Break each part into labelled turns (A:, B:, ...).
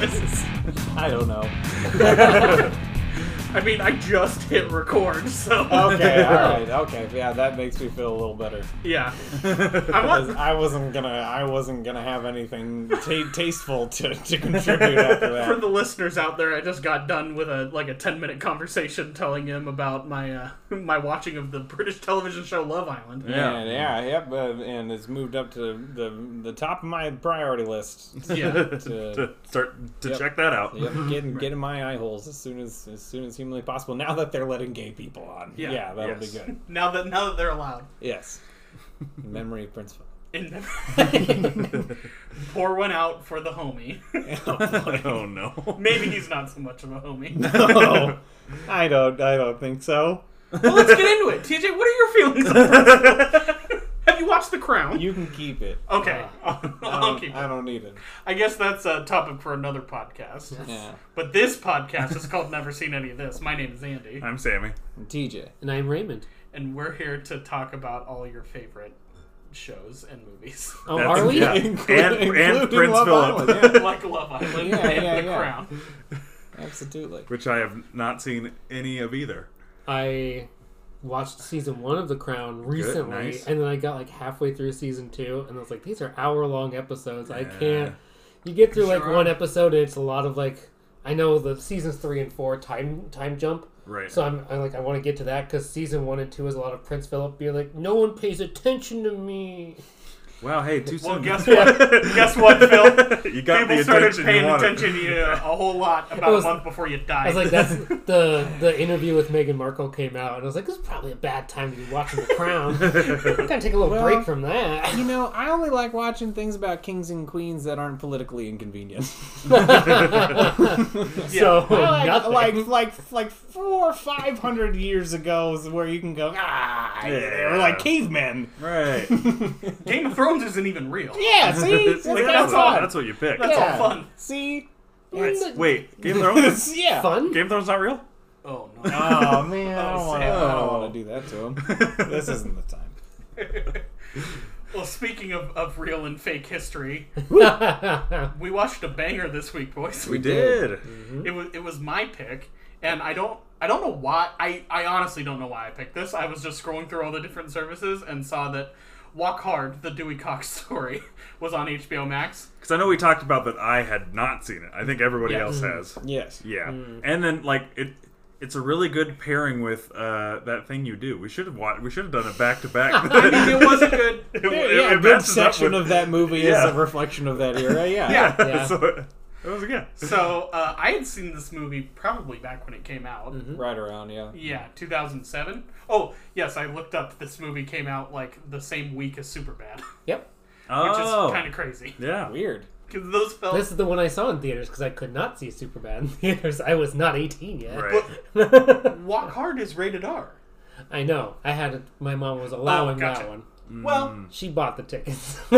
A: I don't know.
B: I mean, I just hit record, so
A: Okay, all right, okay, yeah, that makes me feel a little better.
B: yeah.
A: I,
B: I want-
A: I wasn't gonna, I wasn't gonna have anything ta tasteful to, to contribute after
B: For
A: that.
B: the listeners out there, I just got done with a like a ten minute conversation telling him about my uh, my watching of the British television show Love Island.
C: Yeah.
A: And yeah, yep, uh, and it's moved up to the the top of my priority list.
B: Yeah.
A: To-
C: to start to
A: Yep.
C: check that out.
A: Yep, getting getting my eye holes as soon as as soon as humanly possible. Now that they're letting gay people on, yeah,
B: Yeah.
A: that'll
C: Yes.
A: be good.
B: Now that now that they're allowed.
A: Yes, In memory of Prince.
B: And pour one out for the homie.
C: oh no.
B: Maybe he's not so much of a homie.
A: oh, I don't, I don't think so.
B: well, let's get into it. TJ, what are your feelings? on this? Have you watched The Crown?
A: You can keep it.
B: okay,
A: I
B: I'll
A: don't,
B: keep it.
A: um, I don't need it.
B: I guess that's a topic for another podcast.
A: Yeah,
B: But this podcast is called Never Seen Any of This. My name is Andy,
C: I'm Sammy.
A: TJ.
D: And I'm Raymond.
B: and we're here to talk about all your favorite shows and movies,
D: Oh,
C: That's-
D: are we?
C: yeah.
A: Inclu-
C: And- and
A: including
C: Prince
A: Love
C: Philip.
A: Island, yeah.
B: like Love Island
A: Yeah,
B: and
A: yeah,
B: The
A: yeah.
B: Crown.
A: Absolutely.
C: Which I have not seen any of either.
D: I watched season one of The Crown recently,
C: nice.
D: and then I got like halfway through season two, and I was like, these are hour long episodes. I
C: Yeah.
D: can't. You get through like
B: Sure.
D: one episode, and it's a lot of like. I know the seasons three and four time time jump,
C: Right.
D: so I'm, i like I want to get to that because season one and two is a lot of Prince Philip being like, no one pays attention to me.
C: wow, hey, too
B: Well,
C: soon.
B: guess what? guess what, Phil?
C: you got
B: People
C: the
B: started
C: attention
B: paying
C: you wanted.
B: attention to you a whole lot about
D: I was-
B: a month before you died.
D: I was like, that's the the interview with Meghan Markle came out, and I was like, this is probably a bad time to be watching The Crown. I'm gonna take a little
A: Well-
D: break from that.
A: You know, I only like watching things about kings and queens that aren't politically inconvenient.
D: So
A: I like,
D: nothing.
A: like like like four or five hundred years ago is where you can go ah they were like
C: Yeah.
A: cavemen
C: Right.
B: Game of Thrones isn't even real.
A: yeah see
C: That's,
A: that's,
C: what-
A: that's
C: that's,
A: fun
C: what you picked.
B: That's
A: yeah.
B: all fun.
A: see
D: Isn't it
C: Wait, Game of Thrones?
A: yeah
D: fun.
C: Game of Thrones not real?
B: Oh no.
A: oh man I don't
B: Oh,
A: wanna-
B: Sam.
A: I don't want to do that to him this isn't the time
B: well, speaking of, of real and fake history, we watched a banger this week, boys.
C: We
A: did.
C: did. Mm-hmm.
B: It was it was my pick, and I don't I don't know why I I honestly don't know why I picked this. I was just scrolling through all the different services and saw that Walk Hard: The Dewey Cox Story was on HBO Max.
C: Because I know we talked about that I had not seen it. I think everybody
B: Yeah.
C: else has.
A: yes
C: Yeah. And then like it it's a really good pairing with uh, that thing you do. We should have watched, we should have done it back to back.
B: I mean, it was a good.
A: yeah, a good section of that movie
C: Yeah.
A: is a reflection of that era yeah
B: Yeah.
D: Yeah.
C: so it it was good.
B: So uh, I had seen this movie probably back when it came out.
A: right around yeah
B: Yeah, 2007. Oh, yes, I looked up. This movie came out like the same week as Superbad,
D: Yep.
B: which
C: Oh,
B: is kind of crazy.
C: yeah.
A: weird
B: Because those films.
D: This is the one I saw in theaters because I could not see Superbad in theaters. I was not 18 yet.
C: Right.
B: Walk Hard is rated R.
D: I know. I had it, my mom was allowing
B: gotcha.
D: that one.
B: Well,
D: She bought the tickets.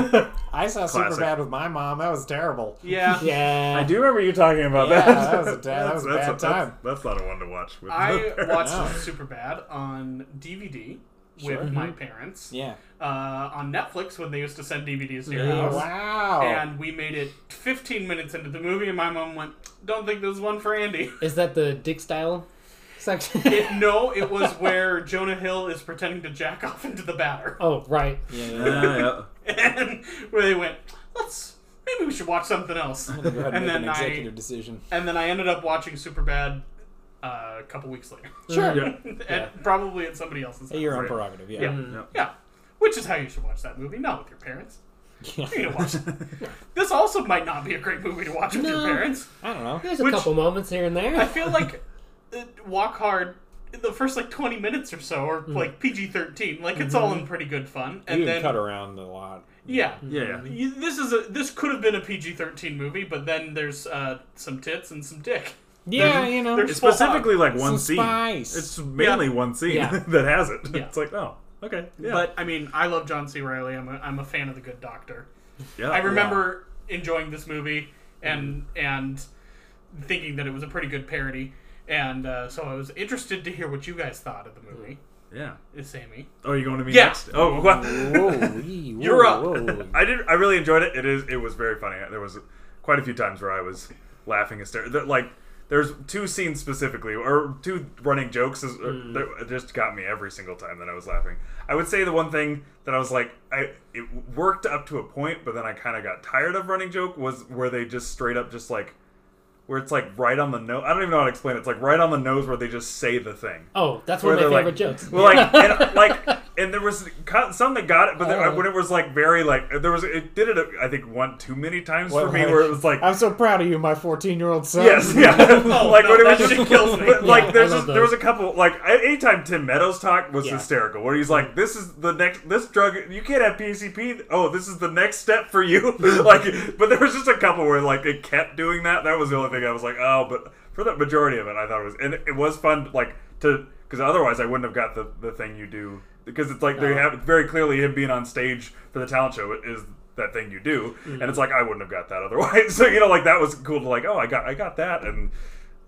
A: I saw
C: Classic.
A: super bad with my mom that was terrible
B: yeah.
D: yeah.
C: I do remember you talking about
A: Yeah,
C: that.
A: that was a- that was a bad time.
C: That's, that's not a one to watch. With
B: I watched
A: Wow.
B: Superbad on DVD with
A: Sure. Mm-hmm.
B: my parents.
A: yeah
B: Uh, on Netflix when they used to send DVDs to your
D: Yeah.
B: house.
A: Oh, wow
B: And we made it 15 minutes into the movie, and my mom went, "Don't think there's one for Andy."
D: Is that the Dick style section?
B: It, no, it was where Jonah Hill is pretending to jack off into the batter.
D: oh, right.
A: yeah, yeah,
C: Yeah,
A: yeah.
C: yeah.
B: and where they went, let's maybe we should watch something else.
A: Go ahead and,
B: And
A: make an
B: then I
A: executive decision
B: and then I ended up watching Superbad uh, a couple weeks later,
A: sure
D: Mm-hmm.
C: Yeah.
B: and probably at somebody else's.
A: Hey, Your
B: house.
A: own prerogative, yeah.
B: Yeah. Yeah, which is how you should watch that movie, not with your parents. You know, watch. this also might not be a great movie to watch with your
D: No.
B: parents.
A: I don't know.
D: There's a
B: Which-
D: couple moments here and
B: I
D: there.
B: feel like uh, Walk Hard. The first like twenty minutes or so, or like PG thirteen, like it's all in pretty good fun, and
A: Mm-hmm. you
B: then
A: can cut Mm-hmm. around a lot.
B: yeah,
C: Yeah. yeah.
B: You- This is a this could have been a PG thirteen movie, but then there's uh, some tits and some dick.
A: Yeah, you know.
B: there's-
C: It's specifically like
A: Some
C: one scene.
A: spice.
C: It's mainly one scene
D: Yeah.
C: that has it.
B: Yeah.
C: It's like, oh, okay. Yeah.
B: But I mean, I love John C. Riley. I'm a, I'm a fan of the Good Doctor.
C: Oh, yeah.
B: I remember enjoying this movie and and thinking that it was a pretty good parody, and uh, so I was interested to hear what you guys thought of the movie.
C: Yeah.
B: Is Sammy?
C: Oh, you going to me
B: Yeah.
C: next? Oh, wow.
A: Whoa, wee, whoa,
B: You're up.
A: whoa.
C: I did. I really enjoyed it. It is. It was very funny. There was quite a few times where I was laughing hysterically. Like there's two scenes specifically, or two running jokes is, that just got me every single time that I was laughing. I would say the one thing that I was like, I it worked up to a point, but then I kind of got tired of running joke was where they just straight up just like. Where it's like right on the nose. I don't even know how to explain it. It's like right on the nose where they just say the thing.
D: Oh, that's
C: Where
D: one of my
C: they're
D: favorite
C: like,
D: jokes.
C: Well, like, and, like, and there was co- some that got it, but then,
D: Oh.
C: when it was like very like there was it did it I think one too many times for me
A: Well,
C: where it was like
A: I'm so proud of you, my 14 year old son.
C: yes yeah like
D: Oh,
B: no,
C: when it
B: that
C: was just
B: shit kills me.
C: but, like
D: Yeah,
C: there's
D: I
C: just,
D: love
C: there was a
D: those.
C: couple like a- anytime Tim Meadows talked was
D: Yeah.
C: hysterical where he's like this is the next this drug you can't have PCP oh this is the next step for you like but there was just a couple where like it kept doing that that was the only thing I was like oh but for the majority of it I thought it was and it was fun like to because otherwise I wouldn't have got the the thing you do because it's like they have very clearly him being on stage for the talent show is that thing you do and it's like I wouldn't have got that otherwise so you know like that was cool to like oh I got I got that and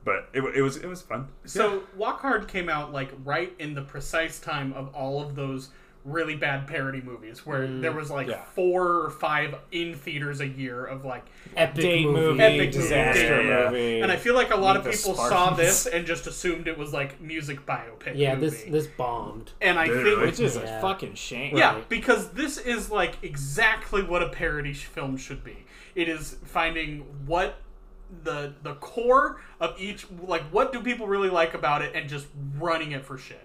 C: but it, wa- it was it was fun
B: So Walk Hard came out like right in the precise time of all of those really bad parody movies where there was like
C: yeah.
B: four or five in theaters a year of like
D: epic
A: Date movie,
D: movie.
B: Epic
A: disaster
C: movie. Yeah, yeah.
A: movie.
B: and I feel like a lot of
A: Meet the
B: people saw
A: Spartans.
B: this and just assumed it was like music biopic.
D: Yeah,
B: movie.
D: this this bombed.
B: and I
C: Dude,
B: think
C: like-
A: Which is a
D: Yeah.
A: fucking shame.
B: Yeah, because this is like exactly what a parody sh- film should be. It is finding what the the core of each like what do people really like about it and just running it for shit.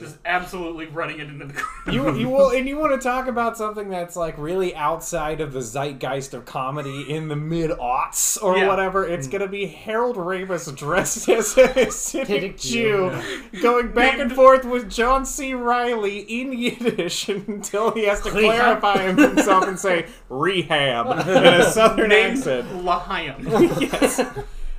B: Just absolutely running it into the ground.
A: Mm-hmm. You, you will, and you want to talk about something that's like really outside of the zeitgeist of comedy in the mid aughts or
B: Yeah.
A: whatever. It's gonna be Harold Ramis dressed as a Hasidic
D: Hasidic
A: Jew,
D: Jew,
A: going back
B: Named-
A: and forth with John C. Riley in Yiddish until he has to
D: Rehab.
A: clarify himself and say rehab in a southern
B: named
A: accent.
B: Lahayim.
A: yes.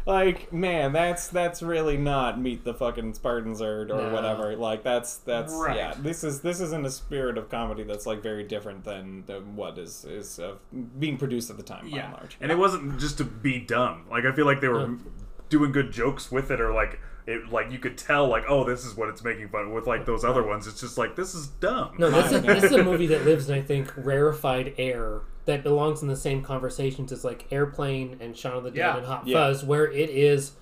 A: Like man, that's that's really not meet the fucking Spartans or, or
D: No.
A: whatever. Like that's that's
B: Right.
A: yeah. This is this is in a spirit of comedy that's like very different than the, what is is uh, being produced at the time by
B: Yeah.
A: and large.
C: and it wasn't just to be dumb like i feel like they were doing good jokes with it or like it like you could tell like oh this is what it's making fun with like those other ones it's just like this is dumb
D: No, this is this is a movie that lives in I think rarefied air that belongs in the same conversations as like Airplane and Shaun of the Dead
B: Yeah.
D: and Hot
A: Yeah.
D: Fuzz, where it is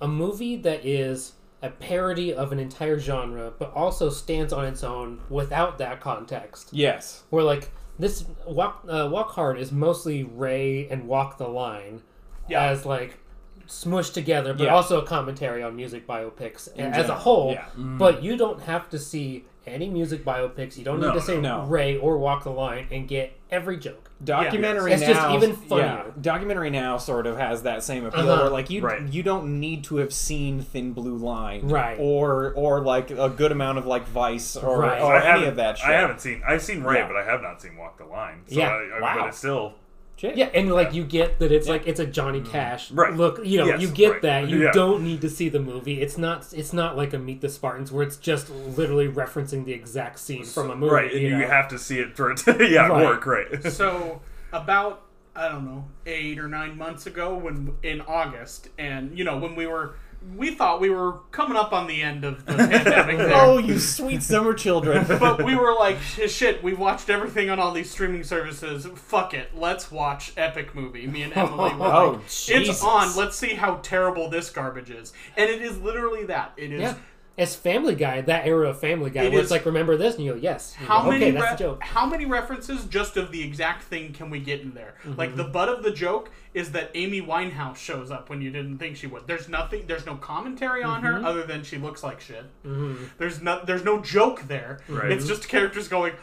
D: a movie that is a parody of an entire genre, but also stands on its own without that context.
A: Yes.
D: Where like this walk uh, walk hard is mostly Ray and Walk the Line
B: Yeah.
D: as like smushed together, but
A: Yeah.
D: also a commentary on music biopics as a
A: general,
D: whole.
A: yeah.
D: But you don't have to see any music biopics. You don't
C: No,
D: need to see
A: no.
D: Ray or Walk the Line and get every joke.
A: Documentary
D: It's
A: now,
D: just even
A: yeah.
D: funnier.
A: Documentary now sort of has that same appeal
D: Uh-huh.
A: where like you
C: Right.
A: you don't need to have seen Thin Blue Line,
D: Right.
A: Or or like a good amount of like Vice or,
D: Right.
A: or
C: I
A: any
C: haven't,
A: of that. Shit.
C: I haven't seen. I've seen Ray,
A: Yeah.
C: but I have not seen Walk the Line. So
D: Yeah.
C: I, I, But
A: Wow.
C: it's still
A: Shit.
D: Yeah, and like you get that it's like it's a Johnny Cash
C: Right.
D: look. You know,
C: Yes,
D: you get
C: right.
D: that. You
C: Yeah.
D: don't need to see the movie. It's not. It's not like a Meet the Spartans where it's just literally referencing the exact scene from a movie.
C: right, and
D: you
C: you,
D: know?
C: have to see it for it to yeah
D: Right.
C: work right.
B: so about I don't know eight or nine months ago when in August and you know when we were we thought we were coming up on the end of the pandemic. there.
A: Oh, you sweet summer children.
B: but we were like, "Sh- shit, we watched everything on all these streaming services. Fuck it, let's watch Epic Movie. Me and Emily were
A: Oh,
B: like,
A: Jesus.
B: it's on. Let's see how terrible this garbage is. And it is literally that. It is.
D: Yeah. As Family Guy, that era of Family Guy,
B: It
D: where
B: is-
D: it's like, remember this, and you go, yes. You
B: How
D: go,
B: many
D: okay, that's
B: re-
D: the joke.
B: how many references just of the exact thing can we get in there?
D: Mm-hmm.
B: Like the butt of the joke is that Amy Winehouse shows up when you didn't think she would. There's nothing. There's no commentary on
D: Mm-hmm.
B: her other than she looks like shit. There's no. There's no joke there.
C: Right.
B: It's just characters going.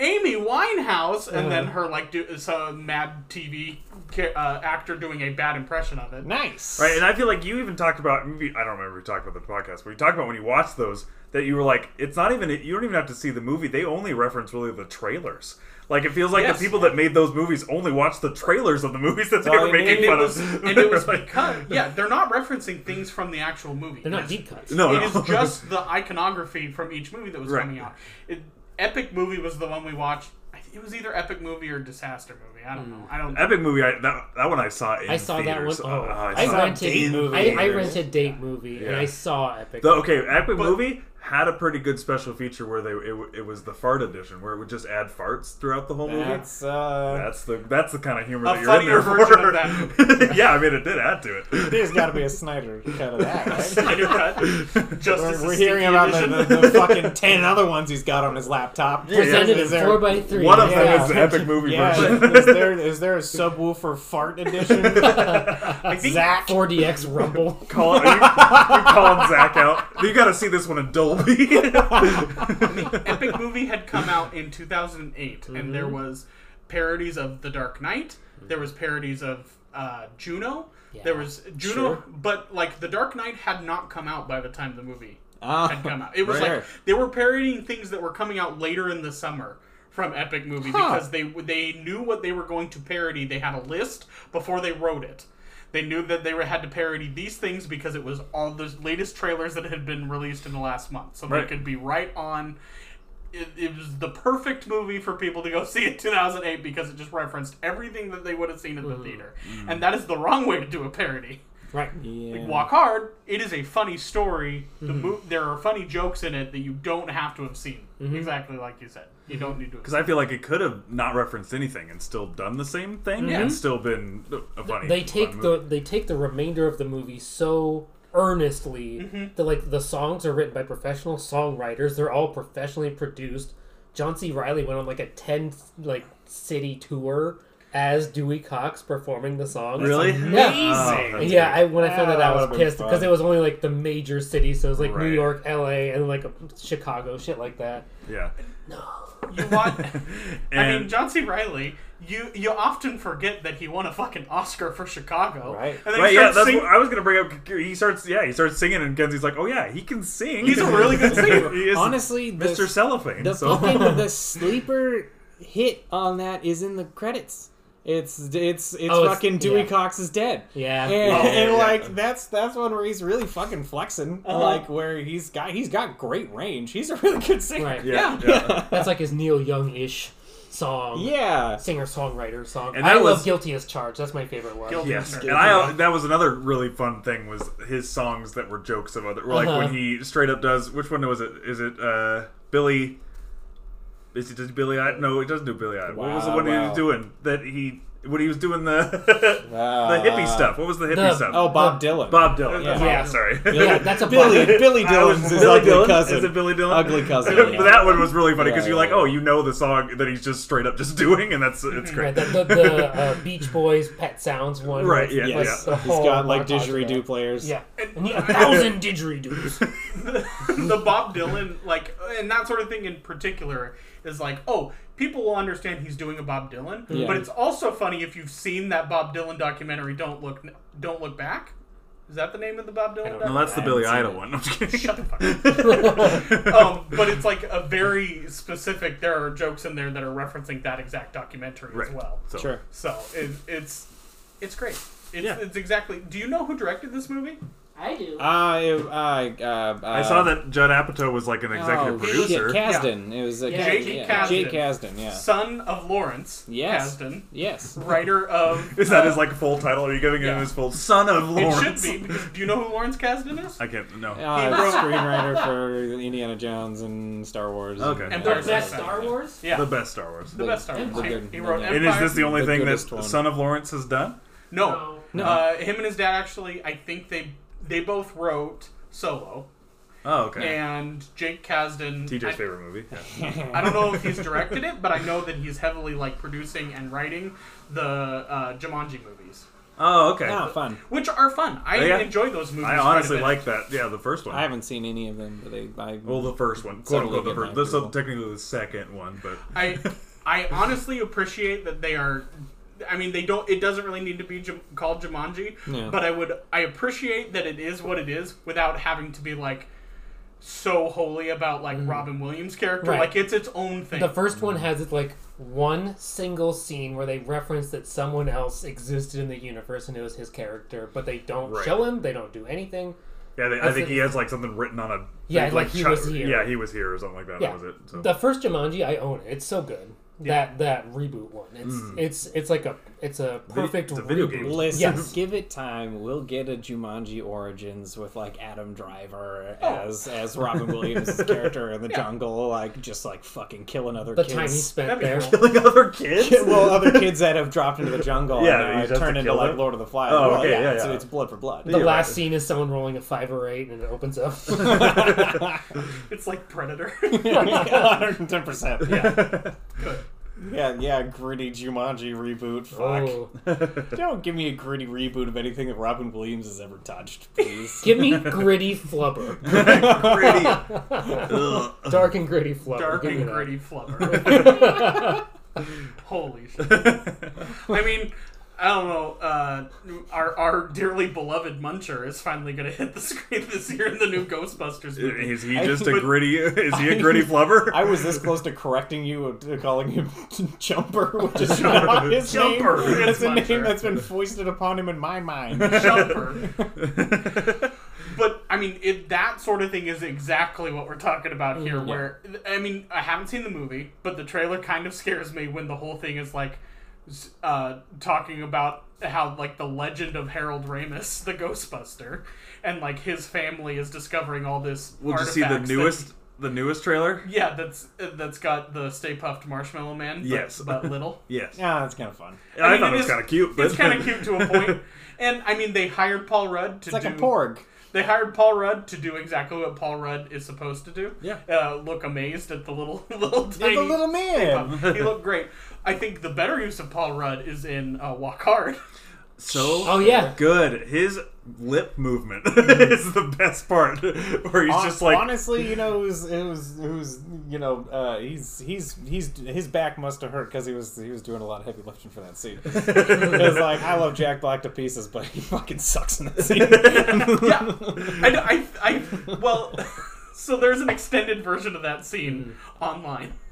B: Amy Winehouse, and then
D: Uh-huh.
B: her like do some mad TV ca- uh, actor doing a bad impression of it.
A: Nice.
C: Right, and I feel like you even talked about maybe I don't remember if we talked about the podcast, but you talked about when you watched those that you were like, it's not even you don't even have to see the movie. They only reference really the trailers. Like it feels like
B: Yes.
C: the people that made those movies only watched the trailers of the movies that they
A: Well,
C: were
A: and
C: making
A: it
C: fun
A: was-
C: of.
B: And it was
C: Like,
B: because yeah, they're not referencing things from the actual movie.
D: They're not
B: It's-
D: deep cuts.
C: no,
B: It
C: no.
B: is just the iconography from each movie that was
C: Right.
B: coming out. It, Epic movie was the one we watched. I think It was either Epic movie or Disaster movie. I don't know. I don't.
C: epic movie. I, that that one I saw. In
D: I saw that one.
C: theaters.
D: Oh,
C: Uh, I
D: I
C: saw it
D: rented.
C: in
D: I, I
C: theaters.
D: rented date movie and
C: Yeah.
D: I saw Epic.
C: The, okay, epic movie had a pretty good special feature where they it, w- it was the fart edition where it would just add farts throughout the whole
D: Uh-huh.
C: movie.
A: That's uh,
C: That's the that's the kind of humor
B: A
C: that you're in there
B: funnier version
C: for.
B: of that.
C: yeah, I mean it did add to it.
A: there's got to be a Snyder cut of that. Right?
B: Snyder cut. Justice
A: We're,
B: is
A: we're
B: sneaky
A: hearing about the,
B: edition.
A: the, the fucking ten other ones he's got on his laptop.
C: Yeah, yeah.
D: Presented
A: Is
D: in
A: there-
D: four by three.
C: One of them
A: Yeah.
C: is the epic movie
A: Yeah,
C: version.
A: is there is there a subwoofer fart edition?
B: I think
A: Zach,
D: 4DX Rumble.
C: Call, are you, you calling Zach out? You got to see this one in Dolby.
B: Epic Movie had come out in 2008, and there was parodies of The Dark Knight. There was parodies of uh, Juno. there
D: Yeah,
B: was Juno,
A: sure.
B: but like The Dark Knight had not come out by the time the movie had
A: Ah,
B: come out. It was
A: Right.
B: like they were parodying things that were coming out later in the summer from Epic Movie
A: Huh.
B: because they they knew what they were going to parody. They had a list before they wrote it. They knew that they were, had to parody these things because it was all the latest trailers that had been released in the last month, so
C: Right.
B: they could be right on. It, it was the perfect movie for people to go see in 2008 because it just referenced everything that they would have seen in the theater, and that is the wrong way to do a parody.
D: Right.
A: yeah.
B: Walk Hard, it is a funny story. The
C: Mm-hmm.
B: mo- there are funny jokes in it that you don't have to have seen. Exactly like you said. You don't need to have
C: Because Mm-hmm. I feel like it could have not referenced anything and still done the same thing
B: Yeah.
C: and still been a funny.
D: They
C: fun
D: take
C: movie.
D: the they take the remainder of the movie so earnestly that like the songs are written by professional songwriters. They're all professionally produced. John C. Riley went on like a ten like city tour as Dewey Cox performing the songs.
C: really
D: Yeah.
C: Oh, that's
D: yeah,
C: great.
D: I, when I found
A: Ah,
D: that out,
A: that
D: I
A: would've
D: was
A: been
D: pissed because
A: fun.
D: it was only like the major cities, so it was like
C: Right.
D: New York, L.A., and like Chicago, shit like that.
C: yeah.
B: seen. You want, I mean,
C: And-
B: John C. Riley, you you often forget that he won a fucking Oscar for Chicago.
A: Right.
B: And then
C: Right,
B: he
C: yeah,
B: starts
C: that's
B: singing.
C: what I was gonna bring up. He starts, yeah, he starts singing, and Kenzie's like, "Oh yeah, he can sing.
B: He's a really good singer.
C: He is
A: Honestly,
C: Mr.
A: the,
C: Cellophane."
A: the
C: so.
A: fucking the sleeper hit on that is in the credits. It's it's it's
D: Oh, it's-
A: fucking Dewey
D: yeah.
A: Cox is dead.
D: Yeah.
A: and,
D: Yeah. Uh-huh.
A: and
C: Yeah.
A: like that's that's one where he's really fucking flexing. Like where he's got he's got great range. He's a really good singer.
D: Right.
C: yeah,
A: Yeah.
C: yeah.
D: That's like his Neil Young ish song.
A: Yeah.
D: Singer songwriter song.
C: And
D: I
C: that
D: love
C: was-
D: Guilty as Charged. That's my favorite one.
B: Guilty.
C: Yes,
B: Sure.
C: and I that was another really fun thing was his songs that were jokes of other, like
D: Uh-huh.
C: when he straight up does. Which one was it? Is it uh, Billy? Is it just Billy? I no, it doesn't do Billy. I. What was the
A: Wow,
C: one he
A: wow.
C: was doing that he when he was doing the the hippie stuff? What was the hippie
D: The-
C: stuff?
A: Oh, Bob
D: The-
A: Dylan.
C: Bob Dylan.
A: Yeah.
C: Yeah,
D: Yeah.
C: sorry.
D: Yeah, that's a
A: Billy
D: bummer.
A: Billy
C: I was-
A: Dylan's his
C: Billy
A: ugly
C: Dylan?
A: cousin.
C: Is it Billy Dylan?
A: Ugly cousin.
C: But
A: yeah.
C: that one was really funny because
A: Yeah,
C: you're
A: yeah,
C: like,
A: yeah.
C: oh, you know the song that he's just straight up just doing, and that's it's great.
D: Right, the, the, the uh, Beach Boys Pet Sounds one.
C: Right,
D: with,
C: yeah,
D: like,
C: yeah.
A: Yes.
D: the
A: He's
D: whole
A: got like
D: montage there.
A: didgeridoo players.
D: Yeah. And he- a thousand didgeridoos.
B: the Bob Dylan, like, and that sort of thing in particular is like, oh, people will understand he's doing a Bob Dylan,
A: Yeah.
B: but it's also funny if you've seen that Bob Dylan documentary. Don't look, don't look back. Is that the name of the Bob Dylan?
D: know.
C: No,
B: documentary?
C: that's the
A: I
C: Billy
A: haven't seen
C: Idol one. I'm just kidding.
B: Shut the fuck up. um, but it's like a very specific. There are jokes in there that are referencing that exact documentary
C: Right.
B: as well.
C: Oh, So,
A: Sure.
B: So it, it's it's great. It's,
C: Yeah.
B: it's exactly. Do you know who directed this movie?
D: I do.
A: Uh, it, uh, uh,
C: I saw that Judd Apatow was like an executive
A: oh,
C: producer.
A: Shit, Kasdan. It was uh,
D: Yeah,
A: Jake,
D: Jake
A: yeah,
B: Kasdan.
A: Jake Kasdan. Yeah.
B: Son of Lawrence
A: Yes.
B: Kasdan,
A: Yes.
B: writer of.
C: Is that his like full title? Are you giving
B: Yeah.
C: him his full son of
B: It
C: Lawrence?
B: should be because do you know who Lawrence Kasdan is?
C: I can't. No.
A: Uh,
B: He wrote-
A: screenwriter for Indiana Jones and Star Wars.
C: Okay.
A: And,
B: Empire
A: uh,
B: Star- Star
D: Wars?
B: Yeah,
C: The
B: the,
C: best Star Wars.
A: the-
B: best Star Wars.
A: the
B: He-
A: good-
B: he wrote
A: the-
C: and
B: Empire.
C: is this the only
A: The
C: thing that
A: goodest one.
C: Son of Lawrence has done?
B: No.
D: No.
B: Uh, him and his dad actually, I think they they both wrote Solo,
C: Oh, okay.
B: and Jake Kasdan.
C: TJ's
B: I,
C: favorite movie. Yeah.
B: I don't know if he's directed it, but I know that he's heavily like producing and writing the uh, Jumanji movies,
C: Oh, okay.
A: oh, fun.
B: which are fun. I
C: Yeah.
B: enjoy those movies.
C: I
B: quite a
C: honestly
B: bit.
C: like that. Yeah, the first one.
A: I haven't seen any of them, but they. I,
C: well, the first one, quote
A: Certainly
C: unquote, the
A: good night,
C: first. This is
A: people.
C: technically the second one, but
B: I I honestly appreciate that they are. I mean, they don't. It doesn't really need to be Jum- called Jumanji,
A: Yeah.
B: but I would. I appreciate that it is what it is without having to be like so holy about like Robin Williams' character.
D: Mm-hmm. Right.
B: Like it's its own thing.
D: The first one has it like one single scene where they reference that someone else existed in the universe and it was his character, but they don't
C: Right.
D: show him, they don't do anything.
C: yeah, they, I
D: That's
C: think
D: it.
C: he has like something written on a
D: Yeah, like, he
C: chart-
D: was here.
C: Yeah, he was here or something like that.
D: Yeah.
C: That was it. So.
D: The first Jumanji, I own it. It's so good. that that reboot one. It's it's it's like a it's a perfect
C: Mm. the video
D: reboot.
C: game.
A: Listen,
D: Yes.
A: give it time. We'll get a Jumanji Origins with like Adam Driver as as Robin Williams' character in the jungle, like just like fucking killing other
D: The
A: kids.
D: time he
B: That'd
D: spent
B: be
D: there.
B: cool.
C: Killing other kids?
A: Ki- well, other kids that have dropped into the jungle
C: Yeah, you
A: and
C: just
A: uh,
C: have
A: turn
C: to
A: into
C: kill
A: like
C: them?
A: Lord of the Flies.
C: Oh,
A: Well,
C: okay, yeah,
A: So
C: yeah.
A: it's blood for blood.
D: The
C: Yeah.
D: last
C: right.
D: scene is someone rolling a five or eight, and it opens up.
B: It's like Predator.
A: 110%. Yeah.
B: Good.
A: yeah, yeah, gritty Jumanji reboot. Fuck.
D: Oh.
A: Don't give me a gritty reboot of anything that Robin Williams has ever touched, please.
D: Give me gritty flubber,
C: Pretty. Ugh.
D: dark and gritty flubber,
B: Dark
D: Give me
B: and
D: that.
B: gritty flubber. Holy shit. I mean, I don't know. Uh, our our dearly beloved Muncher is finally going to hit the screen this year in the new Ghostbusters movie.
C: is he just a
A: would-
C: gritty? Is he a gritty flubber?
A: I was this close to correcting you to calling him Jumper, which is not his
B: Jumper.
A: name. That's
B: It's
A: a
B: much
A: name
B: better.
A: that's been foisted upon him in my mind.
B: Jumper. But I mean, it, that sort of thing is exactly what we're talking about here. Where I mean, I haven't seen the movie, but the trailer kind of scares me when the whole thing is like s- uh, talking about how like the legend of Harold Ramis, the Ghostbuster, and like his family is discovering all this.
C: We'll just see the
B: artifacts that-
C: newest, the newest trailer.
B: yeah, that's uh, that's got the Stay Puffed Marshmallow Man. But,
C: Yes.
B: but little.
C: Yes,
A: Yeah, that's kind of fun.
C: I,
B: mean, it
C: thought it was
B: is-
C: kind of cute. But
B: It's kind of cute to a point. And I mean, they hired Paul Rudd to
A: It's like
B: do
A: a porg.
B: They hired Paul Rudd to do exactly what Paul Rudd is supposed to do.
C: Yeah.
B: Uh, look amazed at the little little
A: You're
B: tiny.
A: the little man.
B: he looked great. I think the better use of Paul Rudd is in uh, Walk Hard.
C: so
D: Oh, yeah.
C: good. His lip movement is the best part, where he's
A: Hon-
C: just like,
A: honestly, you know, who's who's who's you know, uh, he's he's he's his back must have hurt because he was he was doing a lot of heavy lifting for that scene. it's like I love Jack Black to pieces, but he fucking sucks in that scene.
B: yeah. I, I, I, well, so there's an extended version of that scene
A: Mm.
B: online.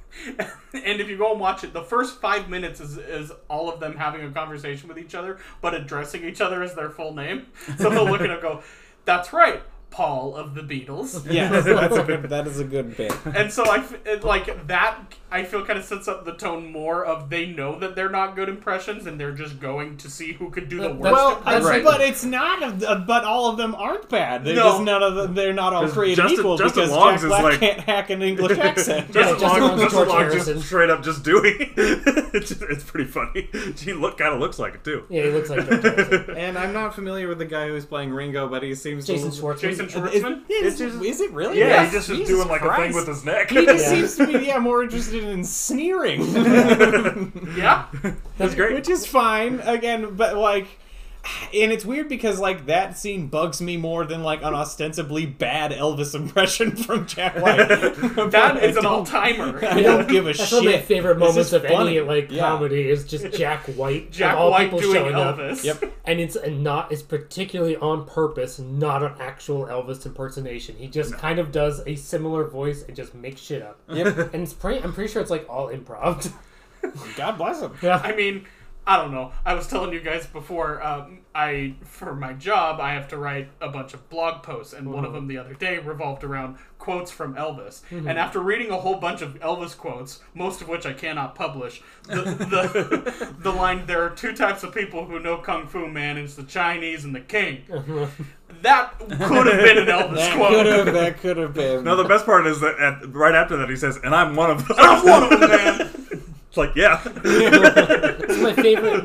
B: And if you go and watch it, the first five minutes is, is all of them having a conversation with each other, but addressing each other as their full name. So they'll look at it and go, that's right, Paul of the Beatles.
A: yeah, that's a good, that is a good bit.
B: And so I f- it, like that. I feel kind of sets up the tone more of they know that they're not good impressions, and they're just going to see who could do the
D: That-
B: worst.
D: that's-
A: Well,
D: That's
A: uh,
D: right.
A: but it's not. A, a- but all of them aren't bad. They're
B: No.
A: just none of them. They're not all
C: Just-
A: created
C: Justin-
A: equal
C: Justin
A: because Jack
C: Long's is
A: Black
C: like-
A: can't hack an English accent.
C: Justin
D: Yeah, Justin
C: Long,
D: Long's
C: Justin
D: George
C: Long
D: Harrison.
C: just straight up just doing. it's, it's pretty funny. He look kind of looks like it too.
D: Yeah, he looks like George Harrison.
A: and I'm not familiar with the guy who's playing Ringo, but he seems
D: Jason
A: to,
D: Schwartzman.
B: Jason
A: Is,
B: Schwartzman.
A: is,
C: It's just-
A: is it really?
C: Yeah,
A: Yes.
C: he just is
A: Jesus
C: doing like a
A: Christ.
C: thing with his neck.
A: He just
D: Yeah.
A: seems to be yeah more interested in sneering,
B: yeah,
C: That's great.
A: which is fine again. But like, and it's weird because like that scene bugs me more than like an ostensibly bad Elvis impression from Jack White.
B: that
A: But
B: is
A: I
B: an
A: don't-
B: all timer.
A: I don't give a
D: That's
A: shit.
D: one of my favorite moments
A: just
D: of
A: funny.
D: any like
A: Yeah.
D: comedy is just Jack White, of
B: Jack
D: all
B: White
D: people
B: doing
D: showing up.
B: Elvis.
A: Yep.
D: and it's a not it's particularly on purpose not an actual elvis impersonation he just kind of does a similar voice and just makes shit up
A: Yep.
D: and it's pretty i'm pretty sure it's like all improv
A: God bless him.
B: I mean, I don't know. I was telling you guys before. Um, I for my job, I have to write a bunch of blog posts, and one of them the other day revolved around quotes from Elvis. And after reading a whole bunch of Elvis quotes, most of which I cannot publish, the the, the line "There are two types of people who know kung fu, man. It's the Chinese and the king." that could have been an Elvis
A: That could
B: quote.
A: have. That could have been.
C: No, the best part is that at, right after that he says, "And I'm one of them."
B: I'm one of them, man.
C: It's like, yeah,
D: it's my favorite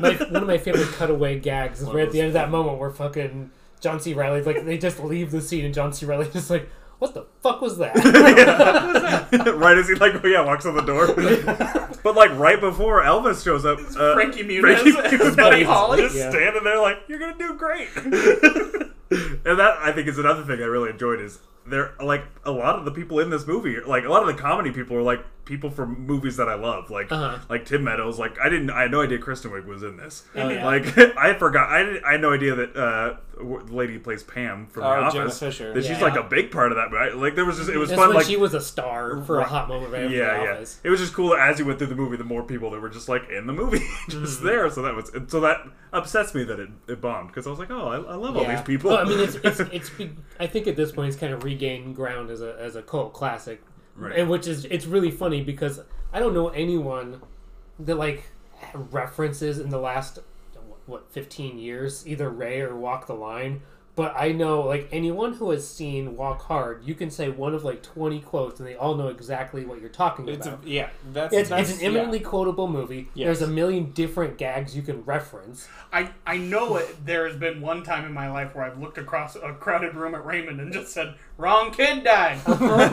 D: my, one of my favorite cutaway gags is where at the end of that moment where fucking john c riley's like they just leave the scene and john c riley's just like what the fuck was that
C: right as he like, oh yeah, walks in the door. but like right before Elvis shows up, uh,
B: Frankie Muniz as Buddy Holly.
C: just
D: Yeah.
C: standing there like, "You're gonna do great." and that I think is another thing I really enjoyed is there like a lot of the people in this movie, like a lot of the comedy people are like people from movies that I love, like
D: Uh-huh.
C: like Tim Meadows. Like I didn't, I had no idea Kristen Wiig was in this.
B: yeah.
C: Like I forgot, I didn't, I had no idea that uh, w- the lady who plays Pam from
A: Oh,
C: The Office.
A: Jenna Fisher.
C: That she's
D: Yeah.
C: like a big part of that. Right? Like there was just it was
D: that's
C: fun.
D: when
C: Like
D: she was a star for a
C: Right.
D: hot moment right after
C: yeah,
D: the
C: yeah.
D: office
C: It was just cool that as you went through the movie, the more people that were just like in the movie,
D: Mm-hmm.
C: just there. So that was and so that upsets me that it, it bombed because I was like, oh, I, I love all
D: Yeah.
C: these people.
D: Well, I mean, it's, it's, it's be- I think at this point it's kind of regained ground as a as a cult classic,
C: Right.
D: and which is it's really funny because I don't know anyone that like references in the last what 15 years either Ray or Walk the Line. But I know like anyone who has seen Walk Hard, you can say one of like 20 quotes and they all know exactly what you're talking
A: It's a,
D: about.
A: yeah, that's
D: it's,
A: that's,
D: it's an eminently
A: yeah.
D: quotable movie.
A: Yes.
D: There's a million different gags you can reference.
B: I, I know it. There has been one time in my life where I've looked across a crowded room at Raymond and just said, "Wrong kid died."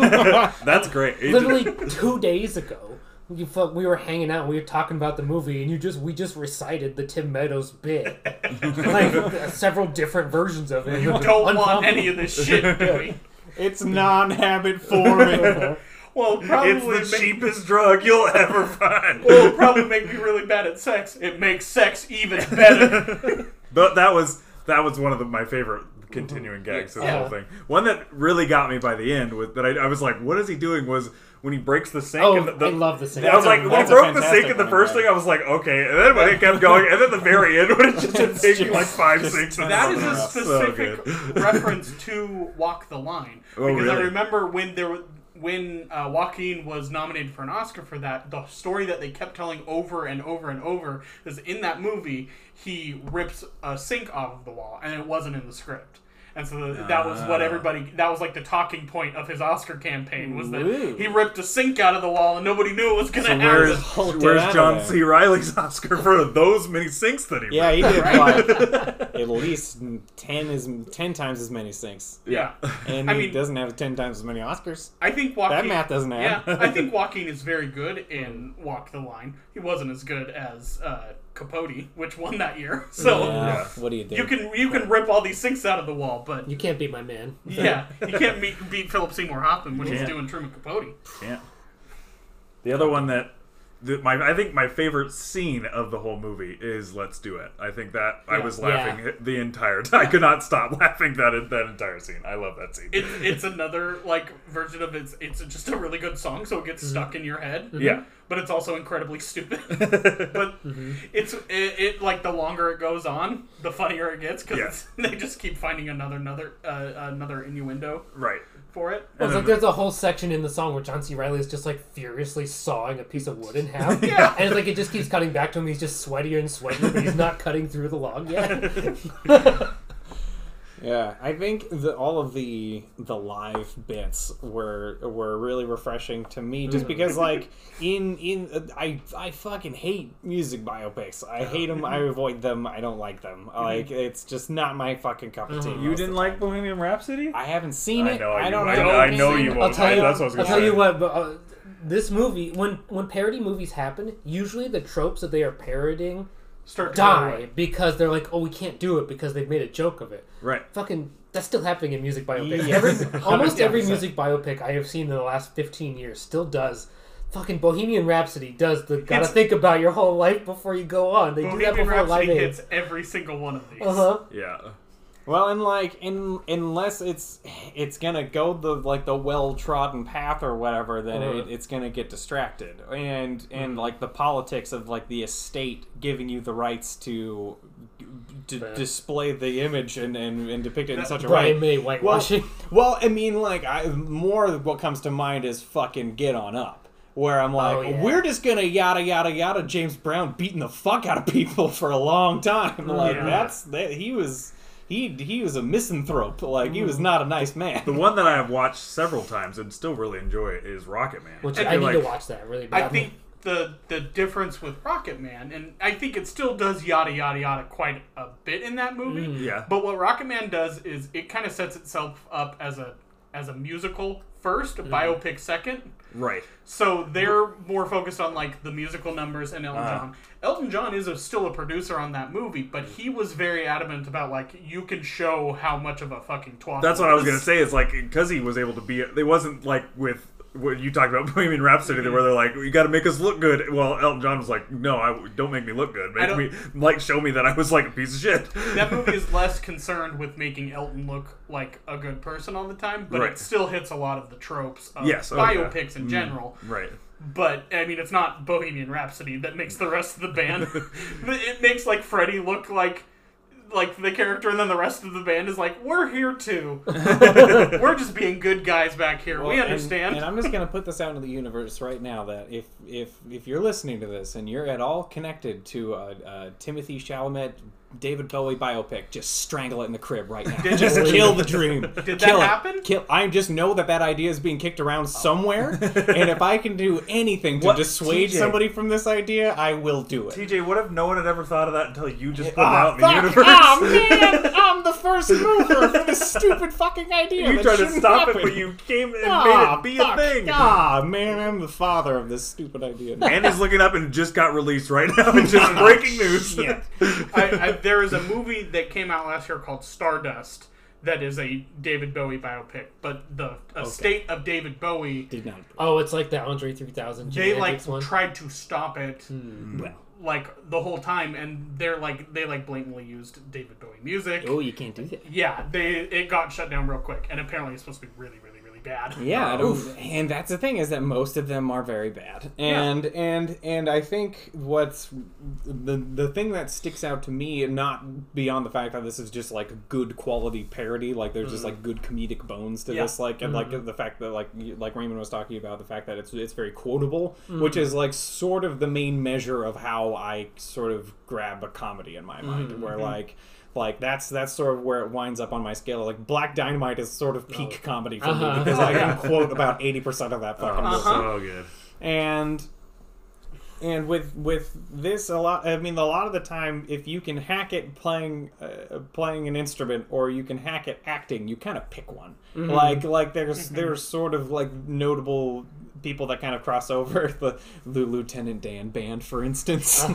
C: That's great. He did-
D: Literally two days ago, you fu- we were hanging out. We were talking about the movie, and you just we just recited the Tim Meadows bit, like several different versions of it.
B: You don't want any of this shit, do we?
A: It's non-habit forming.
B: Well, probably
C: It's the
B: ma-
C: cheapest drug you'll ever find.
B: It'll probably make me really bad at sex. It makes sex even better.
C: But that was that was one of the, my favorite continuing gags of the whole
D: Mm-hmm. Yeah.
C: thing. One that really got me by the end was that I, I was like, "What is he doing?" Was when he breaks the sink.
D: Oh,
C: and the, the-
D: I love the same.
C: I was
A: That's a-
C: like, when he
A: that's a
C: broke the
A: fantastic
C: sink, and the
A: running
C: first
A: gag.
C: thing I was like, okay. And then when it kept going, and then the very end, when it just kept taking
A: just-
C: like five,
A: just-
C: six.
B: That is a
A: That's
B: specific reference to Walk the Line.
C: Oh,
B: because I
C: really?
B: remember when there were- when uh, Joaquin was nominated for an Oscar for that, the story that they kept telling over and over and over is in that movie he rips a sink off of the wall, and it wasn't in the script. And so the, that was what everybody that was like the talking point of his Oscar campaign was that
A: Ooh.
B: he ripped a sink out of the wall and nobody knew it was going to happen.
C: Where's,
A: whole
C: where's
A: data
C: John
A: there.
C: C. Riley's Oscar for those many sinks that he
A: yeah,
C: ripped?
A: he did like at least ten is ten times as many sinks,
B: Yeah.
A: and
B: I
A: he
B: mean-
A: doesn't have ten times as many Oscars.
B: I think Joaquin.
A: That math doesn't
B: Yeah,
A: add.
B: I think Joaquin is very good in Walk the Line. He wasn't as good as uh, Capote, which won that year. So
A: Yeah, What do you do?
B: you can you can rip all these sinks out of the wall, but
D: You can't be my man.
B: yeah, you can't meet, beat Philip Seymour Hoffman when he's doing Truman Capote.
C: Yeah. The other one that, that my I think my favorite scene of the whole movie is "Let's Do It." I think that I was
D: Yeah.
C: laughing the entire time. I could not stop laughing that that entire scene. I love that scene.
B: It's it's another like version of it's it's just a really good song, so it gets stuck in your head.
C: yeah.
B: but it's also incredibly stupid. but it's it, it like the longer it goes on, the funnier it gets
C: Yeah.
B: because they just keep finding another another uh, another innuendo
C: Right.
B: for it.
D: Well, it's like there's a whole section in the song where John C. Riley is just like furiously sawing a piece of wood in half,
B: Yeah.
D: and it's like it just keeps cutting back to him. He's just sweatier and sweatier, but he's not cutting through the log yet.
A: Yeah, I think the, all of the the live bits were were really refreshing to me,
C: Mm.
A: just because like in in uh, I I fucking hate music biopics. I hate them.
C: Mm-hmm.
A: I avoid them. I don't like them. Like it's just not my fucking cup of tea. most
C: You
A: of
C: didn't
A: the
C: like Bohemian Rhapsody?
A: I haven't seen
C: Mm-hmm. I
A: it.
C: know
A: I
C: you-
A: don't
C: I-
A: know.
C: I know you
A: seen it.
C: won't.
D: I'll tell you.
C: That's what I was
D: I'll
C: gonna
D: tell
C: say.
D: you what. But, uh, this movie, when when parody movies happen, usually the tropes that they are parodying
B: Start to
D: die because they're like, oh, we can't do it because they've made a joke of it.
C: Right.
D: Fucking, that's still happening in music biopics.
A: Yes.
D: Every, almost every
A: 100%.
D: music biopic I have seen in the last 15 years still does. Fucking Bohemian Rhapsody does the gotta
B: It's-
D: think about your whole life before you go on. They do that
B: Bohemian
D: before
B: Rhapsody
D: Live Aid.
B: hits every single one of these.
D: Uh-huh.
C: Yeah.
A: Well, and like, in, unless it's it's gonna go the like the well trodden path or whatever, then
D: Uh-huh. Mm-hmm.
A: it, it's gonna get distracted, and and like the politics of like the estate giving you the rights to d-
D: Fair.
A: display the image and and, and depict it in such a
D: Brian
A: way.
D: May whitewashing.
A: Well, I mean, like, I more of what comes to mind is fucking get on up. Where I'm like,
D: Oh, yeah.
A: we're just gonna yada yada yada James Brown beating the fuck out of people for a long time. Like
D: Oh, Yeah.
A: that's that he was he he was a misanthrope. Like he was not a nice
C: The
A: man.
C: one that I have watched several times and still really enjoy is Rocket Man.
D: which
C: feel
D: I, need
C: like-
D: to watch that really
B: I
D: badly.
B: think the the difference with Rocket Man, and I think it still does yada yada yada quite a bit in that movie.
D: Mm.
C: Yeah.
B: But what Rocket Man does is it kind of sets itself up as a as a musical first, a
D: Mm.
B: biopic second.
C: Right.
B: So they're more focused on like the musical numbers and
C: Ah.
B: Elton John. Elton John is a, still a producer on that movie, but he was very adamant about like you can show how much of a fucking twat.
C: That's what I was
B: he
C: gonna say. Is like because he was able to be. It wasn't like with what you talked about Bohemian Rhapsody, where they're like, "You got to make us look good." Well, Elton John was like, "No, I don't make me look good. Make
B: don't-
C: me like show me that I was like a piece of shit."
B: That movie is less concerned with making Elton look like a good person all the time, but
C: Right.
B: it still hits a lot of the tropes of
C: Yes, oh, yeah.
B: biopics in general.
C: right.
B: But I mean, it's not Bohemian Rhapsody that makes the rest of the band. it makes like Freddie look like like the character, and then the rest of the band is like, "We're here too. We're just being good guys back here.
A: Well,
B: we
A: and-
B: understand."
A: And, I'm just gonna put this out into the universe right now that if if if you're listening to this and you're at all connected to a, a Timothy Chalamet David Bowie biopic, just strangle it in the crib right now.
B: Did-
A: just kill the dream. Did
B: that
A: kill it.
B: happen? Oh.
A: Kill. I just know that that idea is being kicked around somewhere, and if I can do anything to
C: What-
A: dissuade
C: TJ?
A: somebody from this idea, I will do it.
C: TJ, what if no one had ever thought of that until you just put it
A: Ah,
C: out in the
A: fuck.
C: universe?
A: Ah, man, I'm the first mover for this stupid fucking idea.
C: you
A: that
C: tried to
A: shouldn't
C: stop
A: happen.
C: it, but you came and
A: Ah,
C: made it be
A: fuck.
C: a thing.
A: Ah, man, I'm the father of this stupid idea.
C: And he's looking up and just got released right now. and just breaking news.
A: Shit.
B: I, I, there is a movie that came out last year called Stardust that is a David Bowie biopic, but the estate of David Bowie
A: Did not.
D: Oh, it's like the Andre 3000
B: they like
D: genetics one.
B: tried to stop it
A: Well,
B: like the whole time, and they're like they like blatantly used David Bowie music.
A: you can't do that.
B: Yeah, they it got shut down real quick, and apparently it's supposed to be really, really, really bad.
A: Yeah, I don't- and that's the thing is that most of them are very bad, and and and I think what's the the thing that sticks out to me, not beyond the fact that this is just like good quality parody, like there's just like good comedic bones to
B: Yeah.
A: this, like and like the fact that like you- like Raymond was talking about the fact that it's it's very quotable, which is like sort of the main measure of how I sort of grab a comedy in my mind, where like. Like that's that's sort of where it winds up on my scale. Like Black Dynamite is sort of peak comedy for me
D: Uh-huh.
A: because I can quote about eighty percent of that fucking
C: Oh,
A: movie.
C: so good.
A: And and with with this a lot, I mean, a lot of the time, if you can hack it playing uh, playing an instrument, or you can hack it acting, you kind of pick one. Like like there's there's sort of like notable people that kind of cross over the, the Lieutenant Dan band, for instance.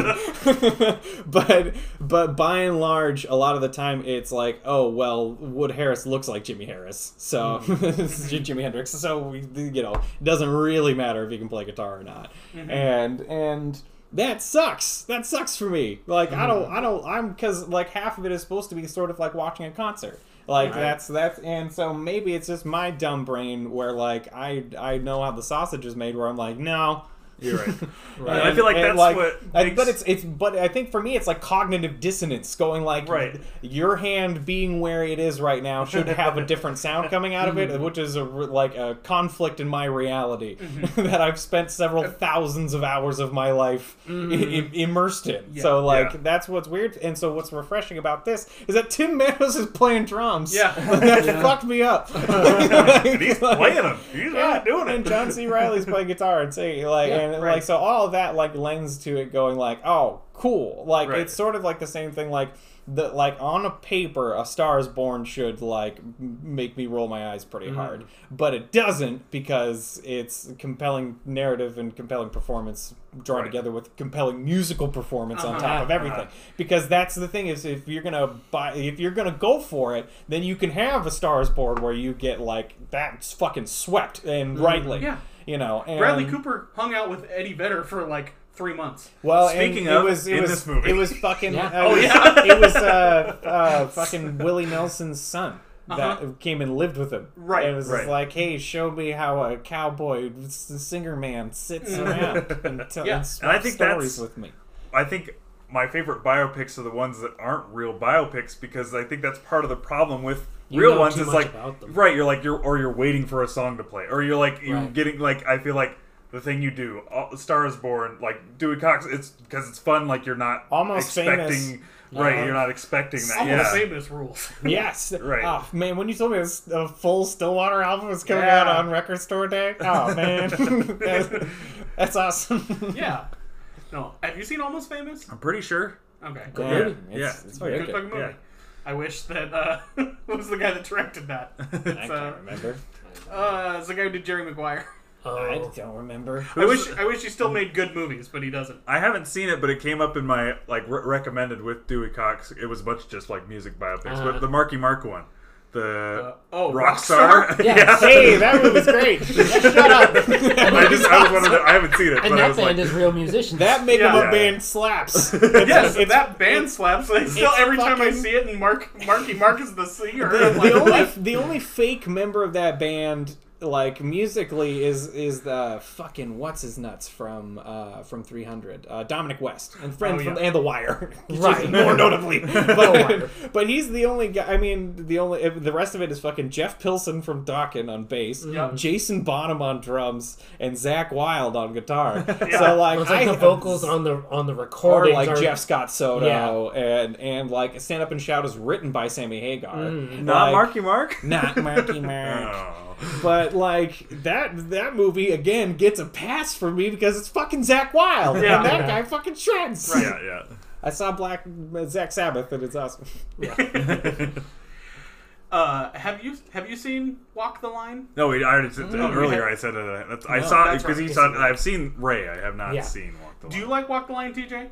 A: but but by and large, a lot of the time it's like, oh well, Wood Harris looks like Jimi Harris, so Jimi Hendrix, so we, you know, it doesn't really matter if he can play guitar or not, and and that sucks. That sucks for me. Like I don't I don't I'm because like half of it is supposed to be sort of like watching a concert. Like that's that's and so maybe it's just my dumb brain where like I I know how the sausage is made where I'm like no
C: You're right.
A: and-
C: I feel like
A: and,
C: that's what
A: I-
C: makes-
A: but it's it's but I think for me it's like cognitive dissonance going like
C: Right.
A: your hand being where it is right now should have a different sound coming out of it, which is a re- like a conflict in my reality
C: Mm-hmm.
A: that I've spent several thousands of hours of my life i- im- immersed in. So like
C: Mm-hmm. Yeah.
A: that's what's weird, and so what's refreshing about this is that Tim Meadows is playing drums.
B: Yeah.
A: that fucked me up.
C: and he's playing him. He's
A: Yeah,
C: not doing it.
A: And John C. Riley's playing guitar and singing, like,
D: Yeah,
A: and
B: right.
A: like, so all of that like lends to it going like, oh, cool. Like
C: Right.
A: it's sort of like the same thing, like the like on a paper, A Star Is Born should like m- make me roll my eyes pretty hard, but it doesn't because it's compelling narrative and compelling performance drawn
C: Right.
A: together with compelling musical performance on
B: Uh-huh.
A: top of everything.
C: Uh-huh.
A: Because that's the thing is if you're gonna buy if you're gonna go for it, then you can have a stars board where you get like that's fucking swept and rightly.
B: Yeah.
A: You know, and
B: Bradley Cooper hung out with Eddie Vedder for like three months.
A: Well,
C: Speaking
A: and
C: of,
A: it was it
C: in
A: was
C: this movie.
A: it was fucking
D: Yeah.
A: uh,
B: Oh,
A: it was-
B: yeah.
A: it was uh, uh fucking Willie Nelson's son that
B: Uh-huh.
A: came and lived with him.
B: Right,
A: and it was just
C: right.
A: like, hey, show me how a cowboy s- singer man sits around and tells
B: Yeah.
A: and I think stories
C: that's-
A: with me.
C: I think my favorite biopics are the ones that aren't real biopics because I think that's part of the problem with
D: You
C: real
D: know
C: ones
D: too
C: is
D: much
C: like
D: about them.
C: right you're like you're or you're waiting for a song to play or you're like you're
D: Right.
C: getting like I feel like the thing you do all, Star is Born like Dewey Cox it's because it's fun like you're not
A: Almost
C: expecting
A: Famous.
C: right
A: Uh,
C: you're not expecting that
B: Almost
C: yeah
B: famous rules.
A: Yes.
C: Right.
A: Oh man, when you told me this, a full Stillwater album was coming
B: Yeah.
A: out on Record Store Day, oh man, that's, that's awesome.
B: yeah. No. Have you seen Almost Famous?
C: I'm pretty sure
B: Okay.
A: Yeah,
C: Yeah.
A: it's,
C: Yeah.
A: it's
B: Oh,
A: very
B: good
A: good.
B: fucking movie.
C: Um, Yeah.
B: I wish that uh, what was the guy that directed that?
A: I
B: It's,
A: can't
B: uh,
A: remember.
B: uh, it's the guy who did Jerry Maguire.
A: I
D: Oh,
A: don't remember.
B: I wish I wish he still made good movies, but he doesn't.
C: I haven't seen it, but it came up in my like re- recommended with Dewey Cox. It was a bunch of just like music biopics,
D: Uh-huh.
C: but the Marky Mark one, the
B: Uh, oh,
C: Rockstar.
D: Yeah.
A: Hey, that movie's great. Shut up.
C: I just I was wondering. I haven't seen it,
D: and
C: but I
D: that
C: was
D: band
C: like,
D: is real musicians.
A: That make
B: Yeah.
A: up
C: Yeah.
A: a band slaps.
B: Yes,
A: it's-
B: that band slaps. Like, still,
A: it's
B: every time I
A: fucking-
B: see it, and Mark Marky Mark is the singer. I'm
A: the
B: like,
A: only
B: what?
A: the only fake member of that band like musically is is the fucking what's his nuts from uh from 300 uh dominic west and friend
B: Oh,
A: from
B: yeah.
A: and the wire Just
D: Right.
A: more notably
D: Wire.
A: but, but he's the only guy i mean the only the rest of it is fucking jeff pilson from Dokken on bass
B: Yep. Mm-hmm.
A: jason bonham on drums and zach Wild on guitar
B: Yeah.
A: so like,
D: Well, it's like
A: I
D: the
A: have-
D: vocals on the on the
A: or
D: recordings
A: like
D: are,
A: Jeff Scott Soto and and like Stand Up and Shout is written by Sammy Hagar.
C: Not
D: Mm,
A: Like,
C: Marky Mark.
A: Not Marky Mark.
C: Oh.
A: But like that that movie again gets a pass for me because it's fucking Zach Wild
B: Yeah.
A: and that guy fucking shreds.
C: Yeah, Oh, yeah.
A: I saw Black Zach Sabbath and it's awesome.
B: Uh, have you have you seen Walk the Line?
C: No, we, I already said
B: No, we
C: earlier.
B: had-
C: I said it. That's, I
A: No,
C: saw
B: that's
C: because
B: right.
C: you saw. I've seen Ray. I have not
D: Yeah.
C: seen Walk the Line.
B: Do you like Walk the Line, TJ?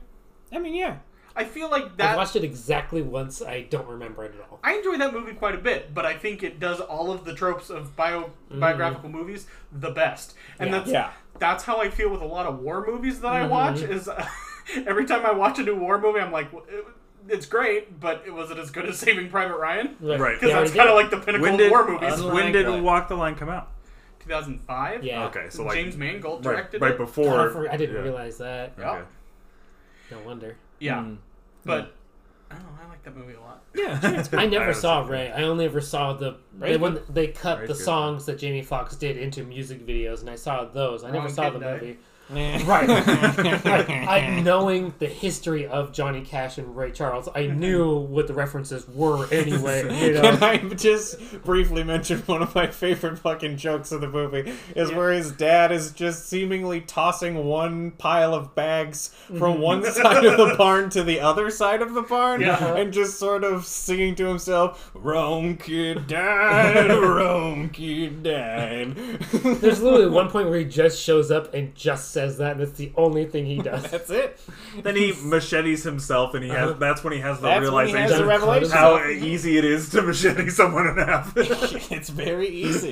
A: I mean, yeah.
B: I feel like
D: I
B: that.
D: watched it exactly once. I don't remember it at all.
B: I enjoy that movie quite a bit, but I think it does all of the tropes of bio biographical movies the best, and
D: Yeah.
B: that's
A: Yeah.
B: that's how I feel with a lot of war movies that I watch. Is uh, every time I watch a new war movie, I'm like, "Well, it- it's great, but it wasn't as good as Saving Private Ryan because
C: Right.
D: They
B: that's
D: already
B: kind of
D: did.
B: like the pinnacle
C: when
B: of
C: did,
B: war movies.
A: Uh,
C: when did
A: Unlike what?
C: Walk the Line come out?
B: 2005.
D: Yeah.
C: Okay, so like
B: James Mangold
C: right,
B: directed
C: right
B: it.
D: God, I
C: before.
D: for- I didn't
C: yeah.
D: realize that.
B: Yeah.
C: Okay.
D: No wonder.
B: Yeah,
D: Hmm.
B: but I don't know. I like that movie a lot.
A: Yeah.
D: I
C: haven't
D: never saw
C: seen it.
D: Ray. I only ever saw the
A: Ray's
D: they, when they cut
C: Ray's
D: the
C: good.
D: songs that Jamie Foxx did into music videos, and I saw those. I never
B: Wrong
D: saw the
B: kid, though.
D: movie.
A: right.
D: I, knowing the history of Johnny Cash and Ray Charles, I knew what the references were anyway. You know?
A: Can I just briefly mention one of my favorite fucking jokes of the movie is where his dad is just seemingly tossing one pile of bags
D: Mm-hmm.
A: from one side of the barn to the other side of the barn
D: Uh-huh.
B: Yeah.
A: and just sort of singing to himself, Wrong kid died, wrong kid died.
D: There's literally one point where he just shows up and just says that, and it's the only thing he does.
A: That's it.
C: Then he machetes himself, and he has.
B: Uh-huh.
C: That's when he has the
A: That's when he has the
C: realization
A: revelation.
C: how easy it is to machete someone in half.
A: it's very easy.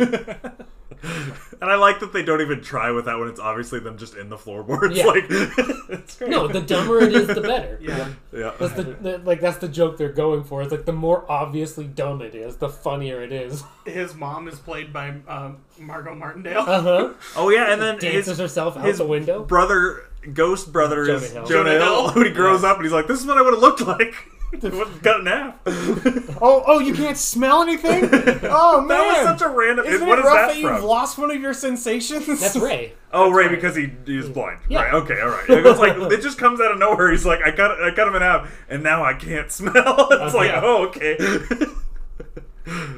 C: and I like that they don't even try with that when it's obviously them just in the floorboards.
D: Yeah.
C: Like, it's great.
D: No, the dumber it is, the better.
B: Yeah.
C: Yeah.
D: That's the, the like that's the joke they're going for. It's like the more obviously dumb it is, the funnier it is.
B: His mom is played by um, Margot Martindale.
D: Uh huh.
C: Oh yeah, and then
D: Dances
C: his
D: herself out
C: his
D: the window.
C: brother, ghost brother
D: Jonah
C: is
D: Hill.
C: Jonah
B: Jonah
C: Hill.
B: Hill.
C: When he grows up, and he's like, "This is what I would have looked like." It wasn't cut in half. that
A: oh, oh, you can't smell anything? Oh, man.
C: was such a random.
A: Isn't
C: what
A: it
C: is
A: rough
C: that
A: that, you've
C: from?
A: lost one of your sensations?
D: That's Ray.
C: oh, right, because he, he is blind.
D: Yeah.
C: Right. Okay. All right. It was like it just comes out of nowhere. He's like, "I cut I cut him in half, and now I can't smell." it's like,
B: Yeah.
C: oh, okay.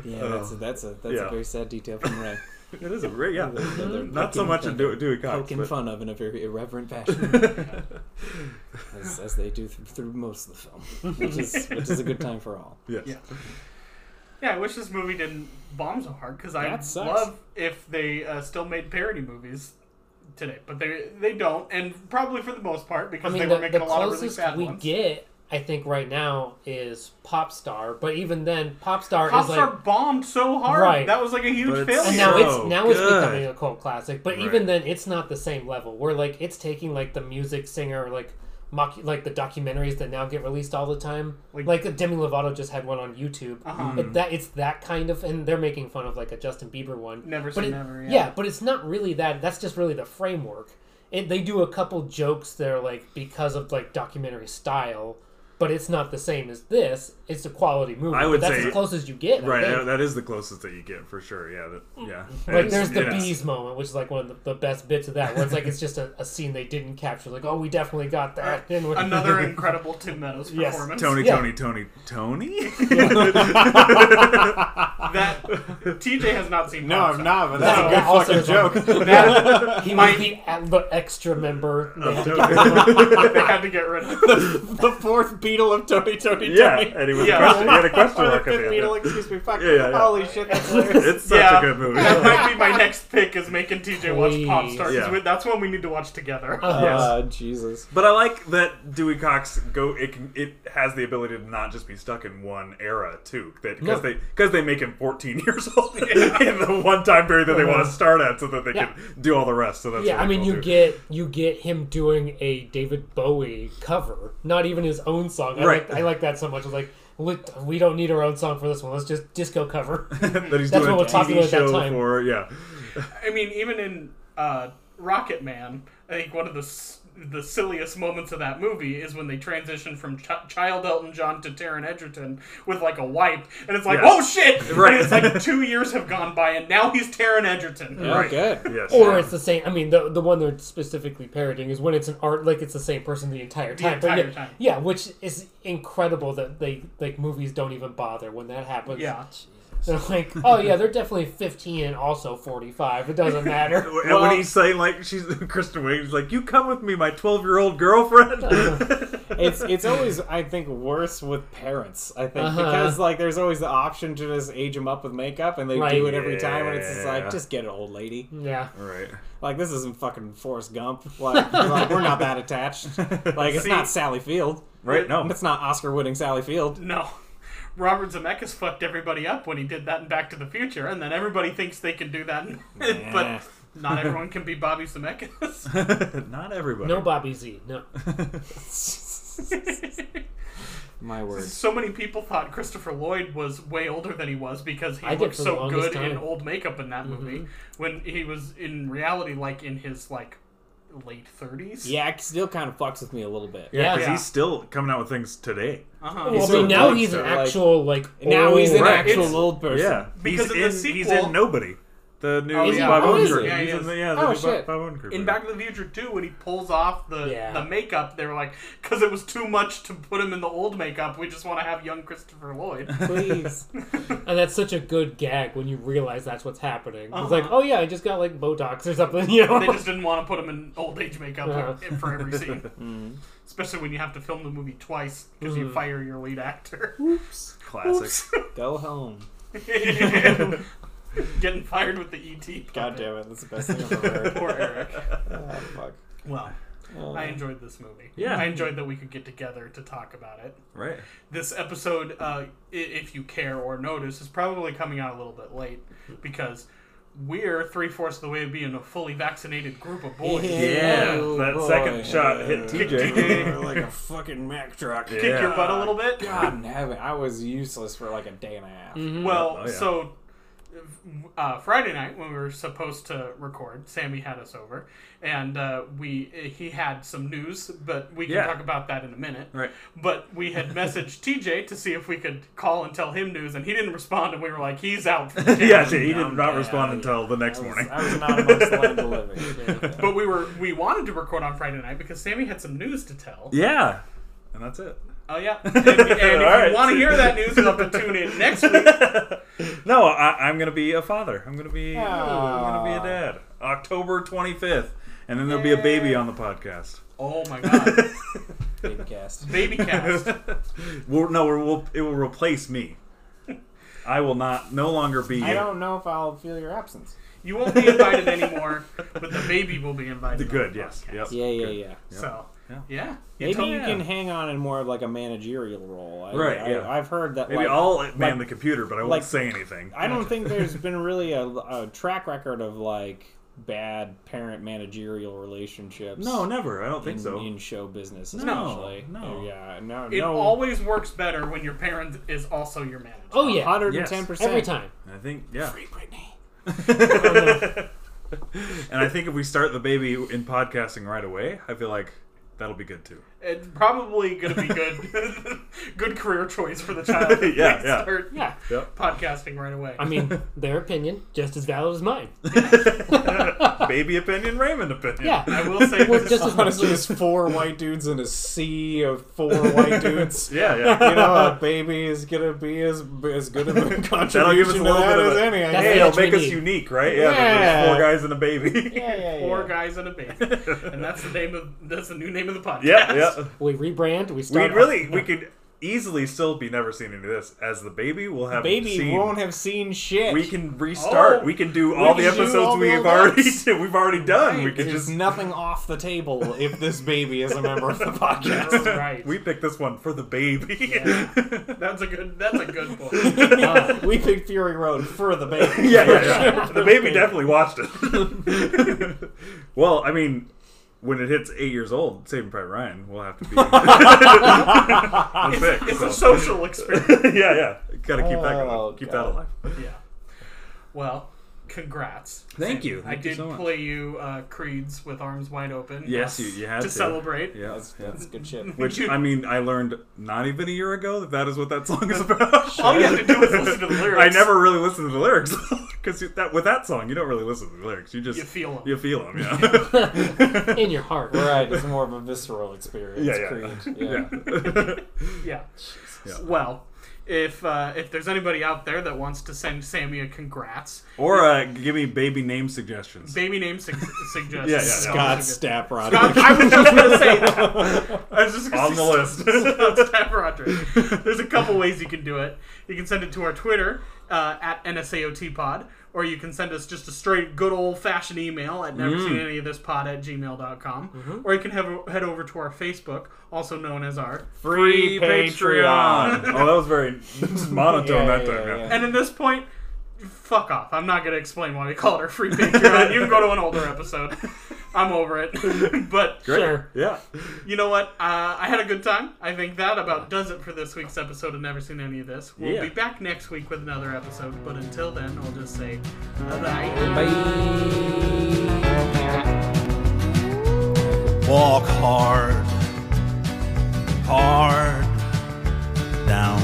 A: Yeah, that's a, that's a that's
C: yeah.
A: a very sad detail from Ray.
C: it is a great. Yeah.
A: They're
C: Not so
A: poking
C: much in
A: fun-
C: Dewey Dewey Cox.
A: poking
C: but-
A: fun of in a very irreverent fashion, as, as they do th- through most of the film, which is which is a good time for all.
C: Yes.
B: Yeah. Yeah, I wish this movie didn't bomb so hard because I
A: That sucks.
B: love if they uh, still made parody movies today, but they they don't, and probably for the most part
D: I
B: because
D: mean,
B: they
D: the,
B: were making a
D: the
B: lot of really
D: closest
B: sad
D: we
B: ones.
D: get, I think, right now is Popstar. But even then, Popstar is
B: Popstar
D: like,
B: bombed so hard
D: Right.
B: that was like a huge
C: But it's-
B: failure.
D: and now
C: so
D: it's now it's
C: good.
D: becoming a cult classic. But
C: Right.
D: even then, it's not the same level. We're like, it's taking like the music singer, like mock, like the documentaries that now get released all the time.
B: Like-
D: Like, Demi Lovato just had one on YouTube.
B: Uh-huh.
D: It- that it's that kind of, and they're making fun of like a Justin Bieber one.
B: Never
D: but
B: say
D: it-
B: never, yeah.
D: yeah, but it's not really that. That's just really the framework. It, they do a couple jokes that are like because of like documentary style, but it's not the same as this. It's a quality movie.
C: I
D: but
C: would
D: that's
C: say-
D: as close as you get. I
C: Right,
D: think.
C: that- that is the closest that you get for sure. Yeah, that, yeah.
D: Like there's the
C: Yeah.
D: bees moment, which is like one of the, the best bits of that, where it's like it's just a, a scene they didn't capture. Like, oh, we definitely got that. And we're-
B: Another incredible Tim Meadows
D: Yes.
B: performance.
C: Tony,
D: Yeah.
C: Tony, Tony, Tony.
B: That TJ has not seen.
A: No,
B: Popstar.
A: I'm not, but that's
D: No,
A: a good
D: that also
A: fucking
D: is one.
A: joke.
B: That
D: he
B: My-
D: might be at the extra member. They had to
C: Tony.
D: get rid of him.
B: they had to get rid of.
A: the fourth beetle of Tony Tony
C: yeah,
A: Tony.
C: and he was
B: Yeah.
C: a question, he had a question
A: Or the
C: mark at
A: fifth
C: the end.
A: beetle, excuse me. Fuck.
C: Yeah, yeah, yeah.
A: Holy shit, that's hilarious.
C: It's such
B: Yeah.
C: a good movie.
B: That might be my next pick is making TJ watch
D: Please.
B: Popstar. 'cause
C: Yeah.
B: we- That's one we need to watch together.
A: Ah, Jesus.
C: But I like that Dewey Cox go. It can, it has the ability to not just be stuck in one era too. That
D: No.
C: because they because they make him 14 years old in the one time period that they want to start at, so that they
D: Uh-huh. Yeah.
C: can do all the rest. So that's
D: yeah, I
C: really
D: mean,
C: cool,
D: you
C: too.
D: get you get him doing a David Bowie cover, not even his own song. I
C: Right.
D: like I like that so much. I was like, "Look, we don't need our own song for this one. Let's just disco cover.
C: that he's
D: That's
C: doing
D: what
C: a
D: was popular
C: TV
D: at that
C: show
D: time.
C: for. Yeah,
B: I mean, even in uh, Rocket Man, I think one of the s- the silliest moments of that movie is when they transition from ch- Child Elton John to Taron Egerton with like a wipe, and it's like,
C: Yes.
B: oh shit!
C: Right.
B: And it's like two years have gone by, and now he's Taron Egerton.
A: Yeah,
C: Right.
A: good.
C: yes.
D: or it's the same. I mean, the the one they're specifically parroting is when it's an art like it's the same person the entire time. But
B: entire
D: yeah,
B: time.
D: yeah, which is incredible that they like movies don't even bother when that happens.
B: Yeah.
D: They're like, oh yeah, they're definitely 15 and also 45. It doesn't matter.
C: and
A: Well-
C: when he's saying like she's Kristen Wiig, he's like, "You come with me, my twelve-year-old girlfriend."
D: Uh-huh.
A: It's it's always I think worse with parents. I think
D: Uh-huh.
A: because like there's always the option to just age them up with makeup, and they
D: Right.
A: do it every time, and it's just
C: Yeah.
A: like just get it, old lady.
D: yeah.
C: right.
A: Like this isn't fucking Forrest Gump. Like, like, we're not that attached. Like it's
B: See-
A: not Sally Field.
C: Right. No.
A: It's not Oscar-winning Sally Field.
B: No. Robert Zemeckis fucked everybody up when he did that in Back to the Future, and then everybody thinks they can do that,
A: Nah.
B: but not everyone can be Bobby Zemeckis.
C: Not everybody.
D: No Bobby Z. No.
A: My word.
B: So many people thought Christopher Lloyd was way older than he was because he
D: I did
B: looked
D: for the
B: so
D: longest
B: good
D: time.
B: in
D: Mm-hmm.
B: old makeup in that movie when he was in reality like in his like late 30s.
A: Yeah, it still kind of fucks with me a little bit.
C: Yeah, because
B: Yeah.
C: he's still coming out with things today.
B: Uh-huh.
A: He's
D: Well, I mean,
A: sort of
D: now
A: bugs
D: he's an
A: her, like-
D: actual like.
A: Now he's an
D: old-
C: right.
A: actual
B: It's-
A: old person.
C: Yeah,
B: Because
C: he's
B: of
C: in
B: the
C: he's
B: sequel-
C: in Nobody, the new
B: Oh,
C: he's
B: yeah.
C: Bob
A: Oh,
C: Odenkirk.
A: is he?
B: Yeah,
C: he's
B: he
C: in
B: is.
C: the, yeah, the
A: Oh,
C: new
A: shit.
C: Bob, Bob Odenkirk.
B: In Back to the Future 2, when he pulls off the,
D: Yeah.
B: the makeup, they were like, because it was too much to put him in the old makeup, we just want to have young Christopher Lloyd.
A: Please.
D: And that's such a good gag when you realize that's what's happening. It's like,
B: Uh-huh.
D: oh yeah, I just got like Botox or something. You know.
B: they just didn't want to put him in old age makeup
D: Uh-huh.
B: for- for every scene.
C: Mm.
B: Especially when you have to film the movie twice because you fire your lead actor.
C: Classic.
A: Go home.
B: Getting fired with the E ET.
A: God damn it. That's the best thing I've ever heard.
B: Poor Eric.
A: oh, fuck.
B: Well,
A: Oh.
B: I enjoyed this movie.
C: Yeah.
B: I enjoyed that we could get together to talk about it.
C: Right.
B: This episode, uh, i- if you care or notice, is probably coming out a little bit late because we're three fourths of the way of being a fully vaccinated group of boys.
C: Yeah,
A: Oh,
C: that
A: boy.
C: second shot hit TJ.
A: like a fucking Mack truck.
C: Yeah.
B: Kick your butt a little bit.
A: God in heaven, I was useless for like a day and a half.
B: Well,
C: Oh, yeah.
B: so uh, Friday night when we were supposed to record, Sammy had us over, and uh, we he had some news, but we can
C: Yeah.
B: talk about that in a minute.
C: Right.
B: But we had messaged TJ to see if we could call and tell him news, and he didn't respond, and we were like, "He's out." for the day."
C: Yeah, see, he did
A: I'm
C: not
A: bad.
C: respond until the next
A: I, was,
C: morning.
A: I was not amongst the land of living.
B: But we were we wanted to record on Friday night because Sammy had some news to tell.
C: Yeah, and that's it.
B: Oh yeah, and, and if you
C: Alright.
B: want to hear that news, you'll have to tune in next week.
C: No, I, I'm gonna be a father. I'm gonna be. I'm gonna
A: Aw.
C: be a dad. October 25th, and then there'll be a baby on the podcast.
B: Oh my god,
A: Baby cast.
B: baby cast.
C: We'll, no, we'll, it will replace me. I will not no longer be.
A: I don't know if I'll feel your absence.
B: You won't be invited anymore, but the baby will be invited. on
C: good.
B: the
C: Yes.
B: podcast.
C: Yep.
A: Yeah, yeah, yeah.
B: So,
C: Yeah.
B: yeah.
A: Maybe you
C: Yeah.
A: can hang on in more of like a managerial role. I,
C: Right,
A: I,
C: yeah.
A: I've heard that.
C: Maybe
A: like,
C: I'll man the computer, but I won't
A: like-
C: say anything.
A: I don't think there's been really a, a track record of like bad parent managerial relationships.
C: No, never. I don't think
A: in,
C: so.
A: in show business,
C: No,
A: especially. Oh,
C: no.
A: yeah, no,
B: It
A: no.
B: always works better when your parent is also your manager.
D: oh yeah,
A: Hundred and ten percent
D: every time.
C: I think yeah.
A: Free Britney.
C: And I think if we start the baby in podcasting right away, I feel like that'll be good too.
B: It's probably going to be good good career choice for the child. if they
C: Yeah, yeah.
B: Start
D: Yeah.
C: Yep.
B: Podcasting right away.
D: I mean, their opinion just as valid as mine.
C: baby opinion, Raymond opinion.
D: Yeah,
B: I will say
D: Well,
B: this.
D: just as much.
A: Honestly, it's four white dudes in a sea of four white dudes.
C: Yeah, yeah.
A: You know, a baby is gonna be as as good of a
C: That'll give us
A: contribution
C: a
A: to
C: little
A: that
C: bit of
A: as
C: a-
A: any. I
D: That's
A: guess.
C: Hey,
D: Yeah,
C: it'll make us
D: Trinity.
C: unique, right? Yeah,
A: Yeah.
C: there's four guys and a baby.
A: yeah, yeah, yeah.
B: Four guys and a baby, and that's the name of that's the new name of the podcast.
C: yeah, yeah.
D: We rebrand. We
C: We
D: start.
C: really we could easily still be never seen any of this. As the baby, we'll have
A: Baby
C: seen.
A: won't have seen shit.
C: we can restart.
B: Oh.
C: we can do all
A: can
C: the
A: do
C: episodes
A: all the
C: we've
A: old
C: already
A: ones.
C: we've already done. We
B: Right.
C: can
A: There's
C: just
A: nothing off the table if this baby is a member of the podcast.
B: That's right.
C: we picked this one for the baby.
B: Yeah. that's a good. That's a good book.
A: Uh, we picked Fury Road for the baby.
C: yeah, yeah, yeah. The baby definitely watched it. well, I mean, when it hits eight years old, Saving Private Ryan will have to be. That's big,
B: It's a
C: so-
B: social experiment.
C: yeah, yeah. Gotta keep that
A: Oh,
C: going. Keep
A: God.
C: that alive.
B: yeah. Well, congrats.
C: Thank you.
B: I
C: Thank you
B: did
C: so much.
B: play you uh, Creeds with arms wide open.
C: Yes, you, you had
B: to,
C: to,
B: celebrate.
C: Yeah,
A: That's,
C: yeah.
A: that's good shit.
C: Which I mean, I learned not even a year ago that that is what that song is about.
B: All you had to do was listen to the lyrics.
C: I never really listened to the lyrics because that with that song, you don't really listen to the lyrics. You just
B: You feel 'em.
C: You feel them. Yeah.
D: in your heart.
A: Right, it's more of a visceral experience.
C: yeah. Yeah.
A: Creed.
C: yeah.
B: Yeah.
C: Yeah.
B: Well, if uh, if there's anybody out there that wants to send Sammy a congrats,
C: Or uh, give me baby name suggestions.
B: baby name su- suggestions.
C: Yeah, yeah,
A: Scott
C: yeah.
A: Staprod.
B: I was just gonna say that.
C: I was just on the list.
B: That's Pat Roderick. There's a couple ways you can do it. You can send it to our Twitter uh, at NSAOTpod, or you can send us just a straight good old fashioned email at never seen any of this pod at gmail.com. Or you can have, head over to our Facebook, also known as our.
A: Free Patreon.
C: oh, that was very monotone
A: Yeah,
C: that
A: yeah,
C: time. Yeah,
A: yeah.
B: And at this point, fuck off. I'm not going to explain why we call it our free Patreon. you can go to an older episode. I'm over it. but
C: Great.
D: Sure.
C: Yeah.
B: you know what? Uh, I had a good time. I think that about does it for this week's episode of Never Seen Any of This. We'll
C: Yeah.
B: be back next week with another episode, but until then, I'll just say bye.
E: Walk hard, hard down